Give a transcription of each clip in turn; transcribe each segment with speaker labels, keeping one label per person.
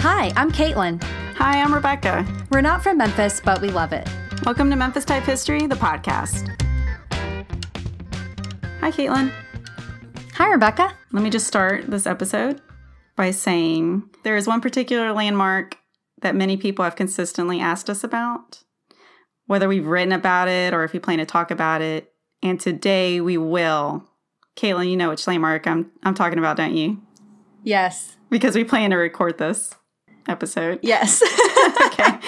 Speaker 1: Hi, I'm Caitlin.
Speaker 2: Hi, I'm Rebecca.
Speaker 1: We're not from Memphis, but we love it.
Speaker 2: Welcome to Memphis Type History, the podcast. Hi, Caitlin.
Speaker 1: Hi, Rebecca.
Speaker 2: Let me just start this episode by saying there is one particular landmark that many people have consistently asked us about, whether we've written about it or if we plan to talk about it. And today we will. Caitlin, you know which landmark I'm, I'm talking about, don't you?
Speaker 1: Yes.
Speaker 2: Because we plan to record this episode.
Speaker 1: Yes.
Speaker 2: okay.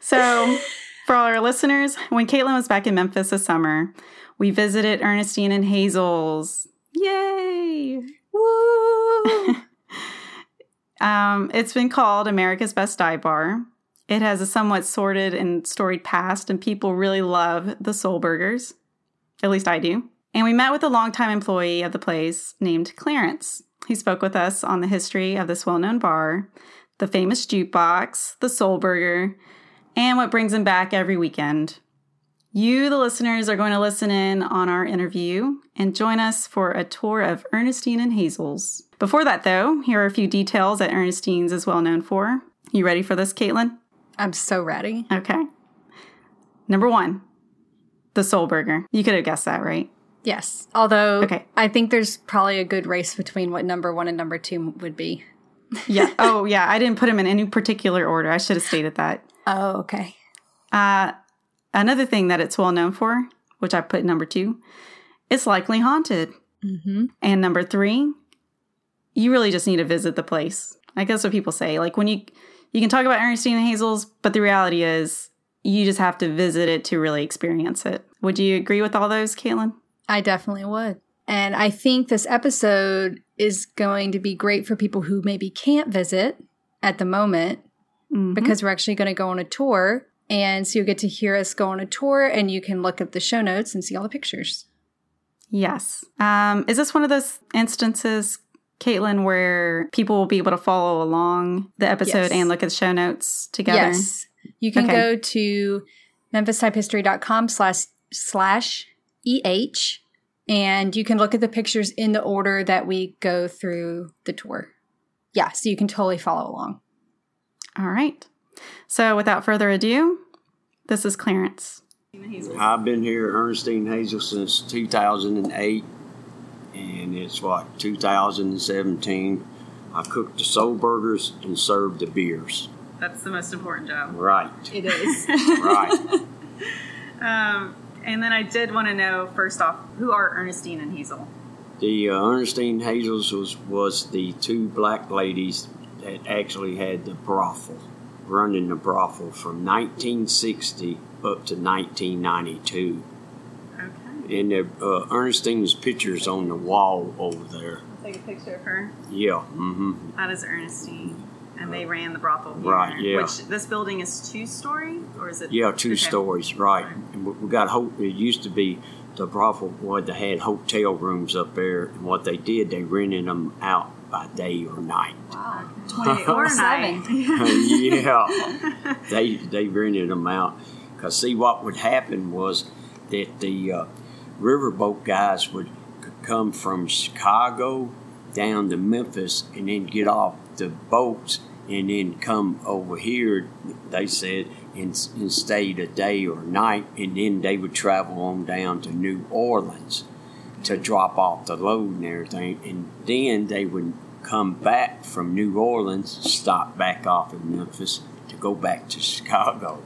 Speaker 2: So, for all our listeners, when Caitlin was back in Memphis this summer, we visited Ernestine and Hazel's. Yay!
Speaker 1: Woo!
Speaker 2: Um, it's been called America's Best Dive Bar. It has a somewhat sordid and storied past, and people really love the soul burgers. At least I do. And we met with a longtime employee of the place named Clarence. He spoke with us on the history of this well known bar, the famous jukebox, the soul burger, and what brings him back every weekend. You, the listeners, are going to listen in on our interview and join us for a tour of Ernestine and Hazel's. Before that, though, here are a few details that Ernestine's is well known for. You ready for this, Caitlin?
Speaker 1: I'm so ready.
Speaker 2: Okay. Number one, the Soul Burger. You could have guessed that, right?
Speaker 1: Yes. Although,
Speaker 2: Okay.
Speaker 1: I think there's probably a good race between what number one and number two would be.
Speaker 2: Yeah. oh, yeah. I didn't put them in any particular order. I should have stated that.
Speaker 1: Oh, okay.
Speaker 2: Uh, another thing that it's well known for, which I put number two, it's likely haunted.
Speaker 1: Mm-hmm.
Speaker 2: And number three, you really just need to visit the place. Like that's what people say. Like when you you can talk about Ernestine and Hazel's, but the reality is you just have to visit it to really experience it. Would you agree with all those, Caitlin?
Speaker 1: I definitely would. And I think this episode is going to be great for people who maybe can't visit at the moment
Speaker 2: Mhm.
Speaker 1: because we're actually going to go on a tour. And so you get to hear us go on a tour and you can look at the show notes and see all the pictures.
Speaker 2: yes, um, is this one of those instances, Caitlin, where people will be able to follow along the episode
Speaker 1: Yes.
Speaker 2: and look at the show notes together?
Speaker 1: Yes. You can
Speaker 2: Okay.
Speaker 1: go to memphistypehistory.com slash slash EH and you can look at the pictures in the order that we go through the tour. Yeah, so you can totally follow along.
Speaker 2: All right. So without further ado, this is Clarence.
Speaker 3: I've been here at Ernestine Hazel since 2008, and it's what 2017. I cooked the soul burgers and served the beers.
Speaker 2: That's the most important job.
Speaker 3: Right,
Speaker 1: It is.
Speaker 3: right.
Speaker 2: Um, and then I did want to know first off, who are Ernestine and Hazel?
Speaker 3: the uh, Ernestine Hazels was was the two black ladies that actually had the brothel, running the brothel from 1960 up to 1992.
Speaker 2: Okay,
Speaker 3: And the uh, Ernestine's pictures on the wall over there.
Speaker 2: I'll take a picture of her.
Speaker 3: Yeah, mm-hmm.
Speaker 2: That is Ernestine, and they ran the brothel here.
Speaker 3: Right, yeah.
Speaker 2: Which this building is two story, or is it?
Speaker 3: Yeah, two
Speaker 2: Okay.
Speaker 3: stories, right. And we- We got hope. It used to be the brothel what they had hotel rooms up there, and what they did, they rented them out by day or night.
Speaker 1: Wow.
Speaker 2: Twenty-eight or nine.
Speaker 3: yeah, they they rented them out. Cause see, what would happen was that the uh, riverboat guys would c- come from Chicago down to Memphis and then get off the boats and then come over here. They said and, s- and stayed a day or night, and then they would travel on down to New Orleans to drop off the load and everything, and then they would come back from New Orleans, stop back off in Memphis to go back to Chicago.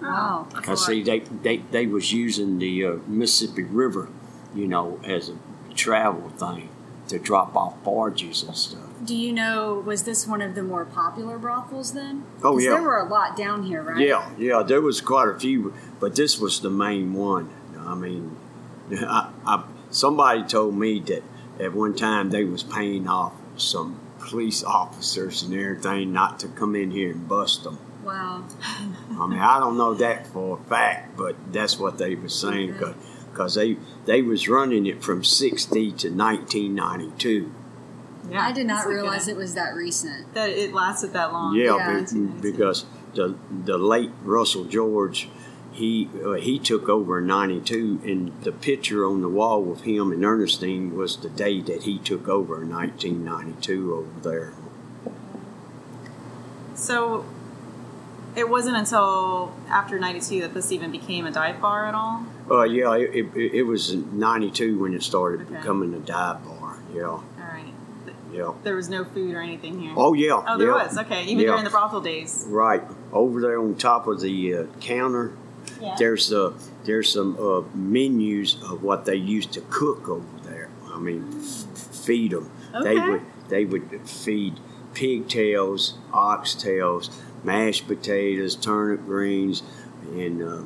Speaker 4: Oh.
Speaker 1: Wow.
Speaker 2: That's a
Speaker 3: Cause see, they, they they was using the uh, Mississippi River, you know, as a travel thing to drop off barges and stuff.
Speaker 5: Do you know, was this one of the more popular brothels then?
Speaker 3: Oh,
Speaker 5: 'Cause
Speaker 3: yeah.
Speaker 5: There were a lot down here, right?
Speaker 3: Yeah, yeah, there was quite a few, but this was the main one. I mean, I, I, somebody told me that at one time they was paying off some police officers and everything not to come in here and bust them.
Speaker 5: Wow.
Speaker 3: I mean, I don't know that for a fact, but that's what they were saying because they they was running it from sixty to nineteen ninety two.
Speaker 2: Yeah,
Speaker 5: I did not
Speaker 2: that's a good-
Speaker 5: realize it was that recent.
Speaker 2: that it lasted that long.
Speaker 3: Yeah,
Speaker 5: Yeah,
Speaker 3: be-
Speaker 2: it's amazing.
Speaker 3: because the the late Russell George, he uh, he took over in '92, and the picture on the wall of him and Ernestine was the day that he took over in 1992 over there.
Speaker 4: so it wasn't until after 92 that this even became a dive bar at all?
Speaker 3: Uh, yeah, it, it, it was in 92 when it started
Speaker 4: Okay.
Speaker 3: becoming a dive bar. Yeah,
Speaker 4: All right. Th-
Speaker 3: yeah.
Speaker 4: There was no food or anything here.
Speaker 3: Oh, yeah.
Speaker 4: Oh, there
Speaker 3: yeah.
Speaker 4: was. Okay. Even
Speaker 3: Yeah.
Speaker 4: during the brothel days.
Speaker 3: Right. Over there on top of the uh, counter,
Speaker 4: Yeah.
Speaker 3: there's uh, there's some uh, menus of what they used to cook over there. I mean, f- f- feed them. They
Speaker 4: Okay.
Speaker 3: would they would feed pigtails, oxtails, mashed potatoes, turnip greens, and uh,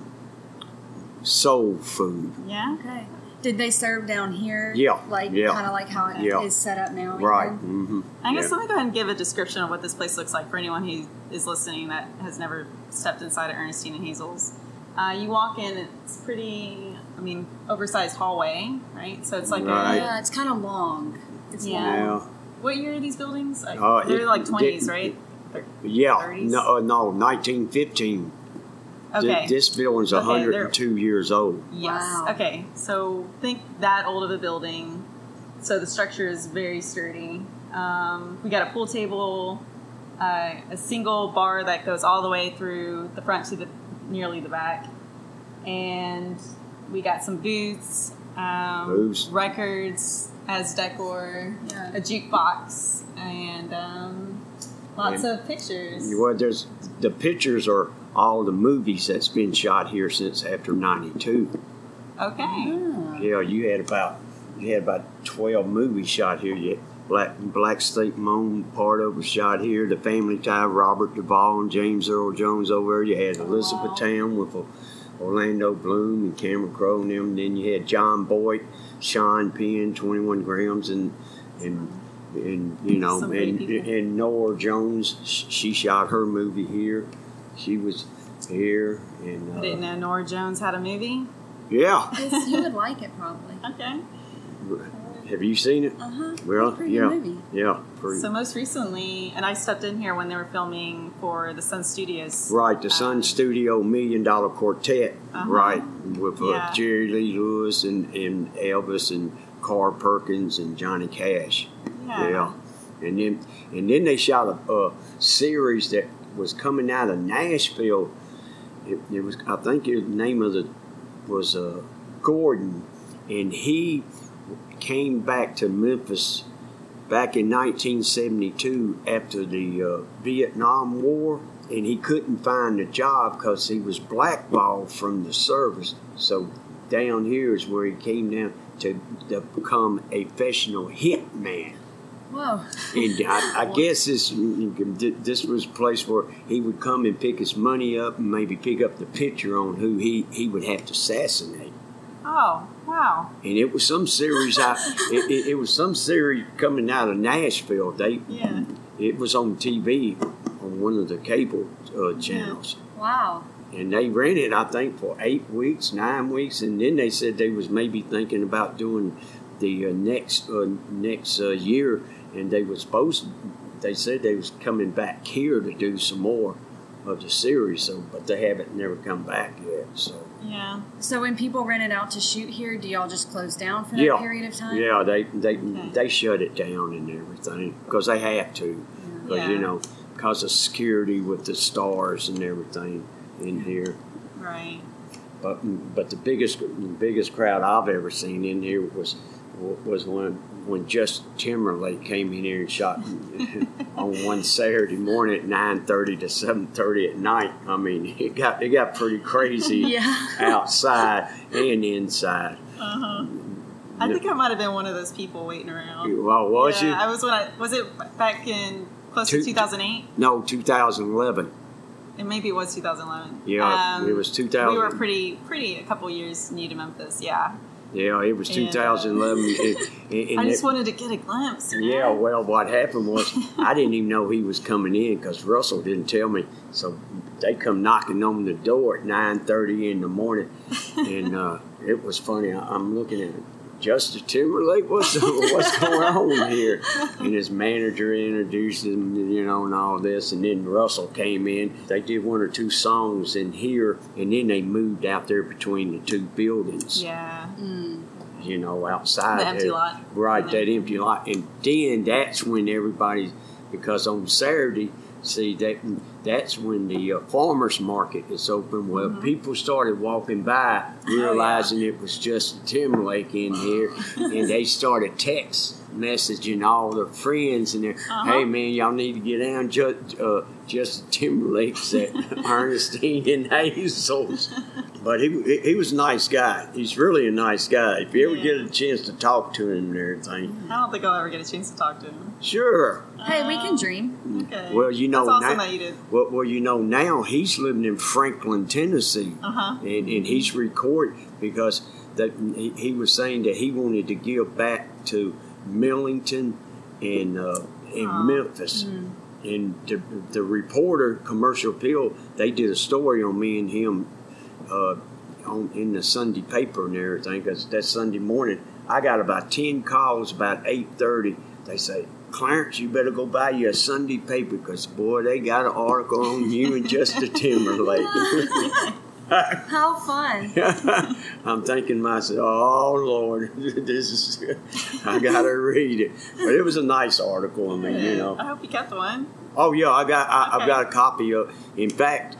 Speaker 3: soul food.
Speaker 4: Yeah.
Speaker 5: Okay. Did they serve down here?
Speaker 3: Yeah,
Speaker 5: Like
Speaker 3: yeah,
Speaker 5: kind of like how it is
Speaker 3: yeah.
Speaker 5: set up now. you
Speaker 3: Right.
Speaker 5: know?
Speaker 3: Mm-hmm.
Speaker 4: I guess let me go ahead and give a description of what this place looks like for anyone who is listening that has never stepped inside of Ernestine and Hazel's. Uh, you walk in, it's pretty, I mean, oversized hallway, right? So it's like a-
Speaker 3: Right.
Speaker 5: Yeah, it's kind of long. It's
Speaker 4: Yeah.
Speaker 5: long.
Speaker 3: Yeah.
Speaker 4: what year are these buildings? Like,
Speaker 3: Uh,
Speaker 4: they're
Speaker 3: it-
Speaker 4: like 20s,
Speaker 3: they-
Speaker 4: right?
Speaker 3: Yeah,
Speaker 4: 30s?
Speaker 3: no, uh, no, 1915. Th-
Speaker 4: Okay.
Speaker 3: This building's
Speaker 4: Okay, they're-
Speaker 3: 102 years old.
Speaker 4: Yes.
Speaker 5: Wow.
Speaker 4: Okay. So think that old of a building. So the structure is very sturdy. Um, we got a pool table, uh, a single bar that goes all the way through the front to the nearly the back, and we got some booths, um,
Speaker 3: Booths.
Speaker 4: records as decor,
Speaker 5: Yeah.
Speaker 4: a jukebox, and um, lots
Speaker 3: Yeah.
Speaker 4: of pictures.
Speaker 3: Well, there's the pictures are all the movies that's been shot here since after '92.
Speaker 4: Okay.
Speaker 5: Mm-hmm.
Speaker 3: Yeah, you had about you had about 12 movies shot here. You had Black Black State Moan part of it was shot here. The Family Tie, Robert Duvall and James Earl Jones over there. You had Elizabethtown with O- Orlando Bloom and Cameron Crowe and them. Then you had John Boyd, Sean Penn, 21 Grams, and and and you know
Speaker 4: So many
Speaker 3: and
Speaker 4: people.
Speaker 3: and Nora Jones. sh- She shot her movie here. She was here and
Speaker 4: I didn't
Speaker 3: uh,
Speaker 4: know Nora Jones had a movie.
Speaker 3: yeah.
Speaker 5: Yes, you would like it probably.
Speaker 4: Okay.
Speaker 3: Have you seen it?
Speaker 4: Uh-huh.
Speaker 5: Uh huh.
Speaker 3: Well,
Speaker 5: pretty
Speaker 3: yeah,
Speaker 5: movie.
Speaker 3: yeah, pretty-
Speaker 4: So most recently, and I stepped in here when they were filming for the Sun Studios.
Speaker 3: right. The Sun
Speaker 4: Um,
Speaker 3: Studio Million Dollar Quartet,
Speaker 4: Uh-huh.
Speaker 3: right, with uh,
Speaker 4: Yeah.
Speaker 3: Jerry Lee Lewis and, and Elvis and Carl Perkins and Johnny Cash.
Speaker 4: Yeah.
Speaker 3: and then and then they shot a, a series that was coming out of Nashville. It, it was, I think, the name of the was uh, Gordon, and he came back to Memphis back in 1972 after the uh, Vietnam War, and he couldn't find a job because he was blackballed from the service. So down here is where he came down to, to become a professional hitman.
Speaker 5: Whoa.
Speaker 3: And I, I guess this this was a place where he would come and pick his money up and maybe pick up the picture on who he, he would have to assassinate
Speaker 4: Oh wow.
Speaker 3: and it was some series out. it, it, it was some series coming out of Nashville. They
Speaker 4: Yeah.
Speaker 3: it was on TV on one of the cable uh, channels,
Speaker 5: Wow.
Speaker 3: and they ran it I think for eight weeks, nine weeks, and then they said they was maybe thinking about doing the uh, next uh, next uh, year, and they was supposed. They said they was coming back here to do some more of the series, so but they haven't never come back yet. So.
Speaker 4: Yeah.
Speaker 5: So when people rent it out to shoot here, do y'all just close down for that
Speaker 3: Yeah.
Speaker 5: period of time?
Speaker 3: Yeah, they they
Speaker 4: Okay.
Speaker 3: they shut it down and everything because they have to, because
Speaker 4: Yeah.
Speaker 3: you know, because of security with the stars and everything in here.
Speaker 4: Right.
Speaker 3: But but the biggest biggest crowd I've ever seen in here was was when when Justin Timberlake came in here and shot on one Saturday morning at nine thirty to seven thirty at night. I mean, it got it got pretty crazy
Speaker 5: Yeah.
Speaker 3: outside and inside.
Speaker 4: Uh huh. I
Speaker 3: No.
Speaker 4: think I might have been one of those people waiting around.
Speaker 3: Well, was
Speaker 4: yeah,
Speaker 3: you?
Speaker 4: I was when I was it back in close
Speaker 3: Two-
Speaker 4: to 2008.
Speaker 3: No, 2011.
Speaker 4: And maybe it was 2011.
Speaker 3: Yeah,
Speaker 4: Um,
Speaker 3: it was 2000.
Speaker 4: We were pretty pretty a couple years new to Memphis. Yeah.
Speaker 3: Yeah, it was
Speaker 4: And-
Speaker 3: 2011. and, and- and
Speaker 4: I just
Speaker 3: it-
Speaker 4: wanted to get a glimpse. you
Speaker 3: yeah,
Speaker 4: know?
Speaker 3: well, what happened was I didn't even know he was coming in because Russell didn't tell me. So they come knocking on the door at 9:30 in the morning, and uh, it was funny. I, I'm looking at Justin Timberlake. What's what's going on here? And his manager introduced him, you know, and all this. And then Russell came in. They did one or two songs in here, and then they moved out there between the two buildings
Speaker 4: Yeah.
Speaker 3: you know, outside.
Speaker 4: The empty
Speaker 3: there.
Speaker 4: lot.
Speaker 3: Right,
Speaker 4: Yeah.
Speaker 3: that empty lot. And then that's when everybody, because on Saturday, See that that's when the uh, farmers market is open. Well,
Speaker 4: Mm-hmm.
Speaker 3: people started walking by,
Speaker 4: Oh,
Speaker 3: realizing it was Justin Timberlake in here, and they started text messaging all their friends and they're,
Speaker 4: Uh-huh.
Speaker 3: hey man, y'all need to get down. Ju- uh, Justin Timberlake's at Ernestine and Hazel's. But he, he- he was a nice guy. He's really a nice guy. If you ever
Speaker 4: Yeah.
Speaker 3: get a chance to talk to him and everything,
Speaker 4: I don't think I'll ever get a chance to talk to him.
Speaker 3: sure.
Speaker 6: Hey, we can dream.
Speaker 4: Okay.
Speaker 3: Mm. Well, you know
Speaker 4: That's awesome
Speaker 3: now-
Speaker 4: that you did.
Speaker 3: Well, well, you know now he's living in Franklin, Tennessee,
Speaker 4: Uh-huh.
Speaker 3: and and he's recorded because that he, he was saying that he wanted to give back to Millington and uh, and Memphis. And the, the reporter, Commercial Appeal, they did a story on me and him uh, on, in the Sunday paper and everything. Because that Sunday morning, I got about ten calls about eight thirty. They say, Clarence, you better go buy you a Sunday paper because boy, they got an article on you and Justin Timberlake.
Speaker 5: How fun.
Speaker 3: I'm thinking myself, oh Lord, this is I gotta read it. But it was a nice article. I mean, you know.
Speaker 4: I hope you got the one.
Speaker 3: Oh yeah, I got I,
Speaker 4: Okay.
Speaker 3: I've got a copy of. In fact,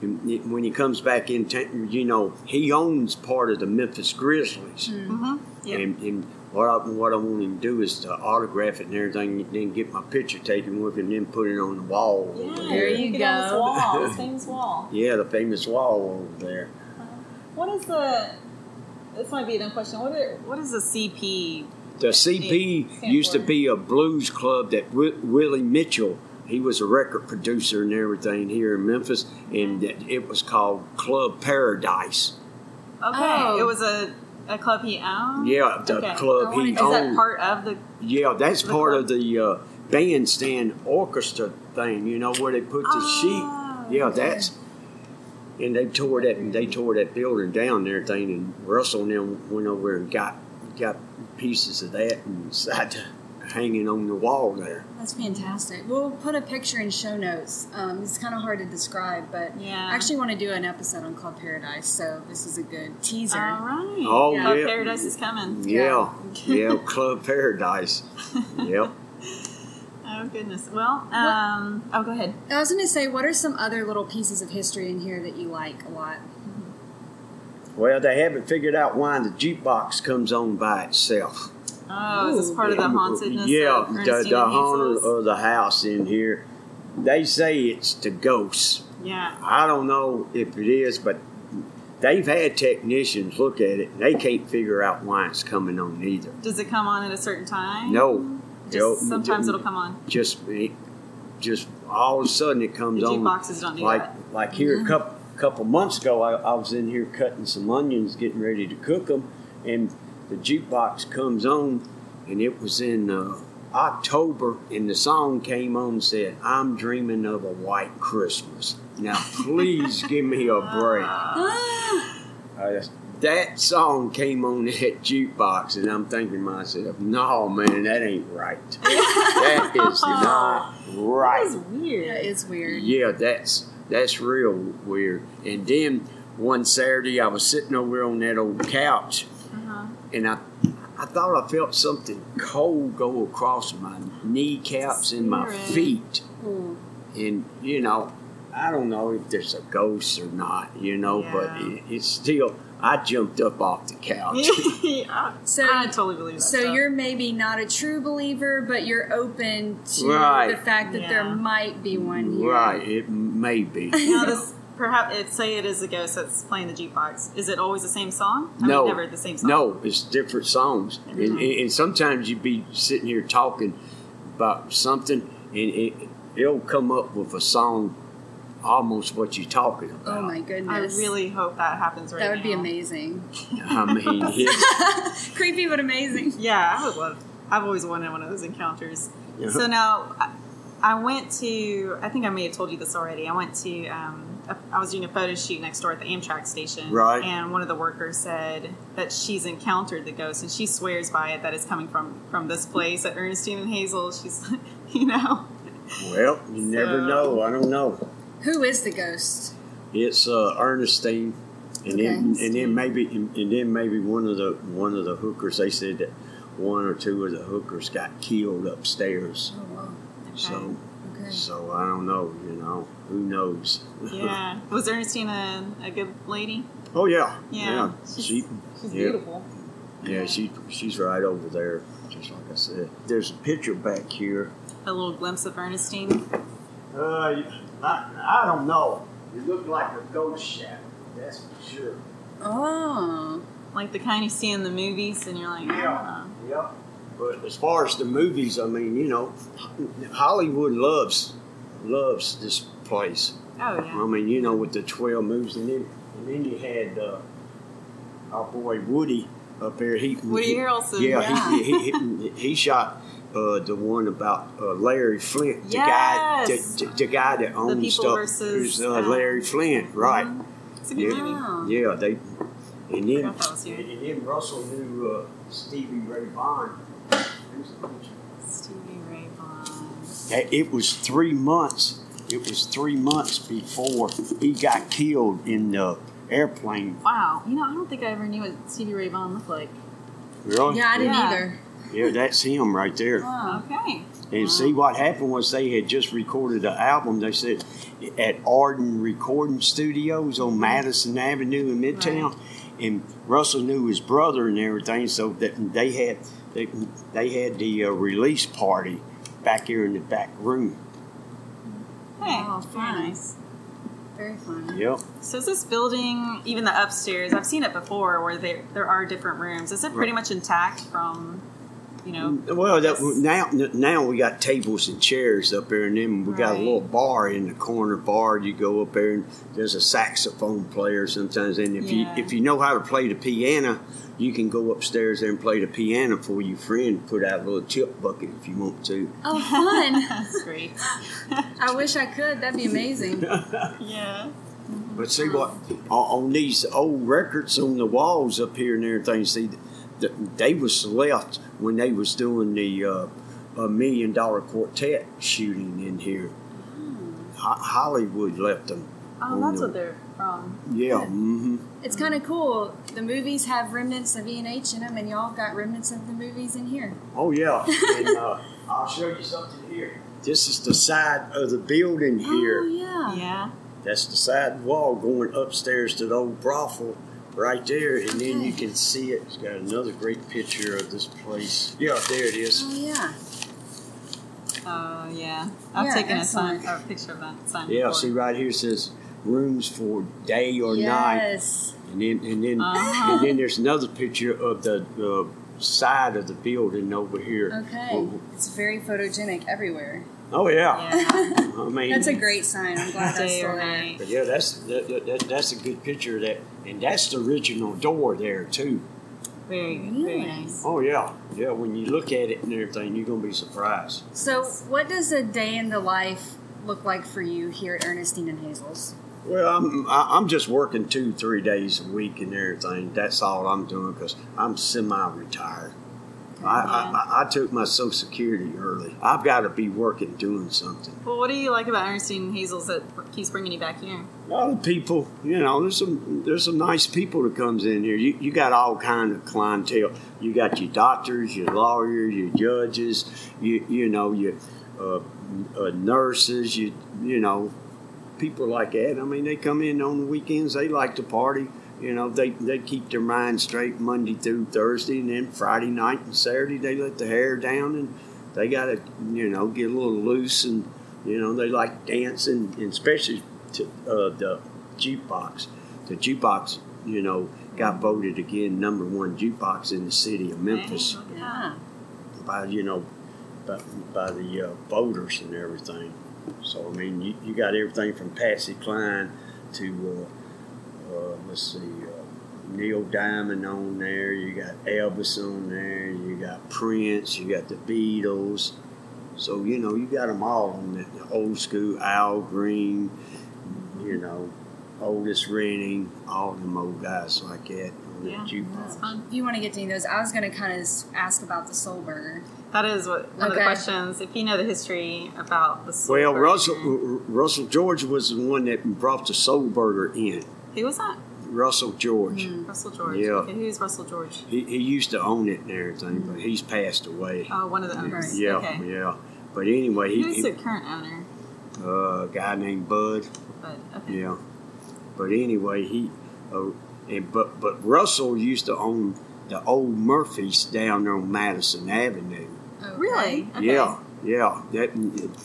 Speaker 3: in- when he comes back in, ta- you know, he owns part of the Memphis Grizzlies,
Speaker 6: Mm-hmm.
Speaker 4: Mm-hmm. Yeah.
Speaker 3: and, and what I, what I want him to do is to autograph it and everything, and then get my picture taken with it, and then put it on the wall. over
Speaker 6: There
Speaker 3: there.
Speaker 6: you
Speaker 4: Get on this
Speaker 6: go.
Speaker 4: wall, this famous wall.
Speaker 3: Yeah, the famous wall over there.
Speaker 4: What is the? This might be a dumb question. What are, what is the CP?
Speaker 3: The CP used to be a blues club that Wi- Willie Mitchell, he was a record producer and everything here in Memphis, and that it was called Club Paradise.
Speaker 4: Okay,
Speaker 5: Oh.
Speaker 4: it was a, a club he owned.
Speaker 3: Yeah, the
Speaker 4: Okay.
Speaker 3: club he
Speaker 4: Is that
Speaker 3: owned.
Speaker 4: part of the?
Speaker 3: yeah, that's
Speaker 4: the
Speaker 3: part
Speaker 4: club?
Speaker 3: of the uh, bandstand orchestra thing. You know where they put the
Speaker 4: Oh,
Speaker 3: sheet. Yeah,
Speaker 4: okay.
Speaker 3: that's. And they tore that. They tore that building down there, thing, and Russell and them went over and got got pieces of that and started hanging on the wall there.
Speaker 5: That's fantastic. We'll put a picture in show notes. Um, it's kind of hard to describe, but
Speaker 4: Yeah.
Speaker 5: I actually want to do an episode on Club Paradise, so this is a good teaser.
Speaker 4: All right.
Speaker 3: Oh,
Speaker 4: Club
Speaker 3: yeah.
Speaker 4: Paradise is coming.
Speaker 3: Yeah, yeah, Club Paradise. Yep.
Speaker 4: Oh goodness. Well, um, oh, go ahead.
Speaker 5: I was going to say, what are some other little pieces of history in here that you like a lot?
Speaker 3: Well, they haven't figured out why the jukebox comes on by itself.
Speaker 4: Oh, is this part of the hauntedness?
Speaker 3: Yeah,
Speaker 4: of
Speaker 3: the,
Speaker 4: Ernestine
Speaker 3: the
Speaker 4: and
Speaker 3: haunted
Speaker 4: Hazel's?
Speaker 3: of the house in here. They say it's the ghosts.
Speaker 4: Yeah.
Speaker 3: I don't know if it is, but they've had technicians look at it and they can't figure out why it's coming on either.
Speaker 4: Does it come on at a certain time?
Speaker 3: No. They'll-
Speaker 4: Just sometimes it'll come on.
Speaker 3: just it, just all of a sudden it comes
Speaker 4: The
Speaker 3: on.
Speaker 4: jukeboxes don't do
Speaker 3: like
Speaker 4: that.
Speaker 3: like here a couple couple months ago, I, I was in here cutting some onions, getting ready to cook them, and the jukebox comes on, and it was in uh, October, and the song came on and said, "I'm dreaming of a white Christmas." Now please give me a break.
Speaker 4: Ah.
Speaker 3: I just- that song came on that jukebox, and I'm thinking to myself, no, man, that ain't right. that is not
Speaker 4: That is
Speaker 3: right.
Speaker 5: Yeah,
Speaker 4: weird.
Speaker 5: it's weird.
Speaker 3: Yeah, that's that's real weird. And then one Saturday, I was sitting over there on that old couch,
Speaker 4: Uh-huh.
Speaker 3: and I I thought I felt something cold go across my kneecaps and my
Speaker 4: Spirit. Hmm.
Speaker 3: feet,
Speaker 5: Ooh.
Speaker 3: and you know, I don't know if there's a ghost or not, you know, but
Speaker 4: Yeah.
Speaker 3: it, it's still. I jumped up off the couch.
Speaker 4: I,
Speaker 5: So-
Speaker 4: I totally believe that.
Speaker 5: So
Speaker 4: stuff.
Speaker 5: you're maybe not a true believer, but you're open to
Speaker 3: Right.
Speaker 5: the fact that there
Speaker 4: Yeah.
Speaker 5: might be one here.
Speaker 3: Right, it may be.
Speaker 4: Now this perhaps it say it is a ghost that's playing the jukebox. Is it always the same song? I
Speaker 3: no,
Speaker 4: mean, never the same song.
Speaker 3: no, it's different songs, and, and, and sometimes you'd be sitting here talking about something, and it, it'll come up with a song, almost what you're talking about.
Speaker 5: Oh my
Speaker 4: I
Speaker 5: goodness.
Speaker 4: really hope that happens right
Speaker 5: That would be
Speaker 4: now.
Speaker 5: amazing.
Speaker 3: I mean, it's,
Speaker 5: Creepy but amazing.
Speaker 4: Yeah, I would love. I've always wanted one of those encounters.
Speaker 3: Yeah.
Speaker 4: So now, I, I went to. I think I may have told you this already. I went to. Um, a, I was doing a photo shoot next door at the Amtrak station.
Speaker 3: Right.
Speaker 4: And one of the workers said that she's encountered the ghost, and she swears by it that it's coming from from this place at Ernestine and Hazel. She's, you know,
Speaker 3: well, you never
Speaker 4: So-
Speaker 3: know. I don't know.
Speaker 5: Who is the ghost?
Speaker 3: It's uh, Ernestine, and then
Speaker 5: Okay.
Speaker 3: and then maybe and, and then maybe one of the one of the hookers. They said that one or two of the hookers got killed upstairs.
Speaker 5: Oh, wow.
Speaker 3: So
Speaker 4: Okay.
Speaker 5: Okay.
Speaker 3: So I don't know, you know, who knows?
Speaker 2: Yeah. Was Ernestina a good lady?
Speaker 3: oh yeah,
Speaker 2: Yeah.
Speaker 3: yeah.
Speaker 2: She's-
Speaker 3: She,
Speaker 2: She's
Speaker 3: yeah,
Speaker 2: beautiful.
Speaker 3: yeah. She, she's right over there, just like I said. There's a picture back here.
Speaker 2: A little glimpse of Ernestine.
Speaker 7: Uh, I, I don't know. You look like a ghost shadow. That's for sure.
Speaker 5: Oh.
Speaker 2: Like the kind you see in the movies, and you're like, "Uh-huh."
Speaker 7: Yeah. Yep.
Speaker 3: But as far as the movies, I mean, you know, Hollywood loves loves this place.
Speaker 2: oh, oh yeah.
Speaker 3: I mean, you know, with the twelve movies, and then and then you had uh, our boy Woody up there. He
Speaker 2: Woody Harrelson.
Speaker 3: Yeah, He, he, he he shot uh, the one about uh, Larry Flint, the
Speaker 2: Yes.
Speaker 3: guy, the, the, the guy that owned
Speaker 2: People
Speaker 3: stuff.
Speaker 2: versus, Mm-hmm.
Speaker 3: It was, uh,
Speaker 2: uh,
Speaker 3: Larry Flint, right?
Speaker 2: It's a good
Speaker 3: Yeah.
Speaker 2: movie.
Speaker 5: Wow.
Speaker 3: Yeah, they and
Speaker 2: I
Speaker 3: then
Speaker 2: forgot that was
Speaker 3: and,
Speaker 2: you.
Speaker 3: and then Russell knew uh, Stevie Ray Vaughan.
Speaker 2: Stevie Ray Vaughan.
Speaker 3: That- Eh, It was three months. It was three months before he got killed in the airplane.
Speaker 2: Wow. You know, I don't think I ever knew what Stevie Ray Vaughan looked like.
Speaker 3: Really?
Speaker 5: Yeah, I didn't
Speaker 2: Yeah.
Speaker 5: either.
Speaker 3: Yeah, that's him right there.
Speaker 5: Wow.
Speaker 2: Oh, Okay.
Speaker 3: And see what happened was they had just recorded an album. They said at Arden Recording Studios
Speaker 5: Mm-hmm.
Speaker 3: on Madison Avenue in Midtown, and Russell knew his brother and everything. So that they had they, they had the uh, release party back here in the back room.
Speaker 2: Hey,
Speaker 5: Wow,
Speaker 2: very
Speaker 5: fun.
Speaker 2: Oh, nice.
Speaker 5: Very fun.
Speaker 3: Yep.
Speaker 2: So is this building, even the upstairs? I've seen it before, where there there are different rooms. Is it pretty much intact from, you know?
Speaker 3: Well, that,
Speaker 2: this-
Speaker 3: now now we got tables and chairs up there, and then we got a
Speaker 2: Right.
Speaker 3: little bar in the corner bar. You go up there, and there's a saxophone player sometimes. And if
Speaker 2: Yeah.
Speaker 3: you if you know how to play the piano, you can go upstairs there and play the piano for your friend. Put out a little chip bucket if you want to.
Speaker 5: Oh, fun.
Speaker 2: That's great.
Speaker 5: I wish I could. That'd be amazing.
Speaker 2: yeah.
Speaker 3: But see what on, on these old records on the walls up here and everything. See, th- they was left when they was doing the uh, a million dollar quartet shooting in here. Ho- Hollywood left them.
Speaker 2: Oh, that's what they're from.
Speaker 3: Yeah, hmm
Speaker 5: It's kind of cool. The movies have remnants of E&H in them, and y'all got remnants of the movies in here.
Speaker 3: Oh yeah. and, uh,
Speaker 7: I'll show you something here.
Speaker 3: this is the side of the building here.
Speaker 5: Oh, yeah.
Speaker 2: Yeah.
Speaker 3: That's the side wall going upstairs to the old brothel right there, and then you can see it. It's got another great picture of this place. Yeah, there it is.
Speaker 5: Oh, yeah.
Speaker 2: Oh yeah. I've
Speaker 5: Yeah,
Speaker 2: taken a sign,
Speaker 5: excellent.
Speaker 2: a picture of that sign.
Speaker 3: Yeah,
Speaker 2: before.
Speaker 3: see right here it says rooms for day or night,
Speaker 5: yes.
Speaker 3: and then and then
Speaker 2: Uh-huh.
Speaker 3: and then there's another picture of the uh, side of the building over here.
Speaker 5: Okay.
Speaker 3: Oh,
Speaker 5: It's very photogenic everywhere.
Speaker 3: oh, yeah.
Speaker 2: Yeah.
Speaker 3: I mean
Speaker 5: That's a great sign. I'm glad that's
Speaker 2: Day
Speaker 5: still
Speaker 2: or
Speaker 5: there.
Speaker 2: night.
Speaker 3: But yeah, that's that, that- that, that's a good picture of that, and that's the original door there too.
Speaker 2: Very good. Very
Speaker 5: Really?
Speaker 2: nice.
Speaker 3: Oh yeah, yeah. When you look at it and everything, you're gonna be surprised.
Speaker 5: So, what does a day in the life look like for you here at Ernestine and Hazel's?
Speaker 3: Well, I'm I- I'm just working two three days a week and everything. That's all I'm doing because I'm semi-retired. I, I, I, I took my Social Security early. I've got to be working doing something.
Speaker 2: Well, what do you like about Ernestine Hazel's that keeps bringing you back here?
Speaker 3: A lot of people, you know, there's some there's some nice people that comes in here. You, you got all kind of clientele. You got your doctors, your lawyers, your judges, you you know your uh, uh, nurses. You you know people like that. I mean, they come in on the weekends. They like to party. You know, they they keep their mind straight Monday through Thursday, and then Friday night and Saturday they let the hair down and they got to you know get a little loose and you know they like dancing, and especially to, uh, the jukebox. The jukebox, you know, got voted again number one jukebox in the city of Memphis
Speaker 2: Hey, look at that.
Speaker 5: Yeah.
Speaker 3: by you know by, by the uh, voters and everything. So I mean, you, you got everything from Patsy Cline to uh, uh, let's see, uh, Neil Diamond on there. You got Elvis on there. You got Prince. You got the Beatles. So you know, you got them all on the, the old school Al Green. You know, Otis Redding, all them old guys like that on
Speaker 2: Yeah,
Speaker 3: that jukebox.
Speaker 2: fun.
Speaker 5: If Um, you want to get to any of those, I was going to kind of ask about the Soul Burger.
Speaker 2: That is what one of the
Speaker 5: Okay.
Speaker 2: questions. If you know the history about the soul
Speaker 3: Well,
Speaker 2: burger.
Speaker 3: Russell uh, Russell George was the one that brought the soul burger in.
Speaker 2: who was that?
Speaker 3: Russell George.
Speaker 2: Russell George.
Speaker 3: Yeah.
Speaker 2: Okay, who's Russell George?
Speaker 3: He, he used to own it and everything, but he's passed away.
Speaker 2: Mm-hmm. Oh, one of the owners.
Speaker 3: yeah,
Speaker 2: Okay.
Speaker 3: yeah. But anyway, he,
Speaker 2: Who's
Speaker 3: he
Speaker 2: the current owner?
Speaker 3: uh, a guy named Bud.
Speaker 5: But okay.
Speaker 3: Yeah. But anyway, he uh, and but but Russell used to own the old Murphy's down there on Madison Avenue.
Speaker 5: Okay.
Speaker 4: Really?
Speaker 5: Okay.
Speaker 3: Yeah, yeah. That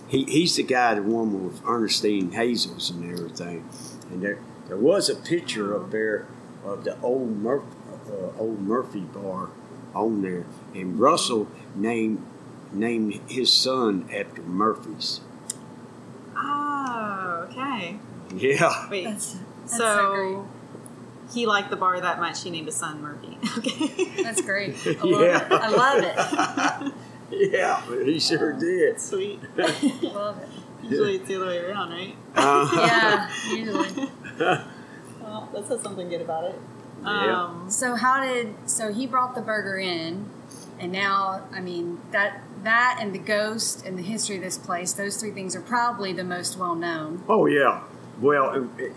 Speaker 3: he he's the guy that won with Ernestine Hazels and everything. And there there was a picture up there of the old Murphy uh, old Murphy bar on there, and Russell named named his son after Murphy's.
Speaker 4: Oh, okay.
Speaker 3: Yeah.
Speaker 4: Wait.
Speaker 5: That's, that's
Speaker 4: so he liked the bar that much. He named his son Murphy. Okay.
Speaker 5: That's great. I love
Speaker 3: Yeah.
Speaker 5: it. I love it.
Speaker 3: Yeah, he sure did.
Speaker 4: Sweet.
Speaker 5: Love it.
Speaker 4: Usually it's the other way around, right?
Speaker 3: Uh-huh.
Speaker 5: Yeah, usually.
Speaker 4: Well, that says something good about it.
Speaker 3: Yeah.
Speaker 4: Um,
Speaker 5: So how did so he brought the burger in and now I mean that that and the ghost and the history of this place, those three things are probably the most well known.
Speaker 3: Oh yeah. Well, it, it,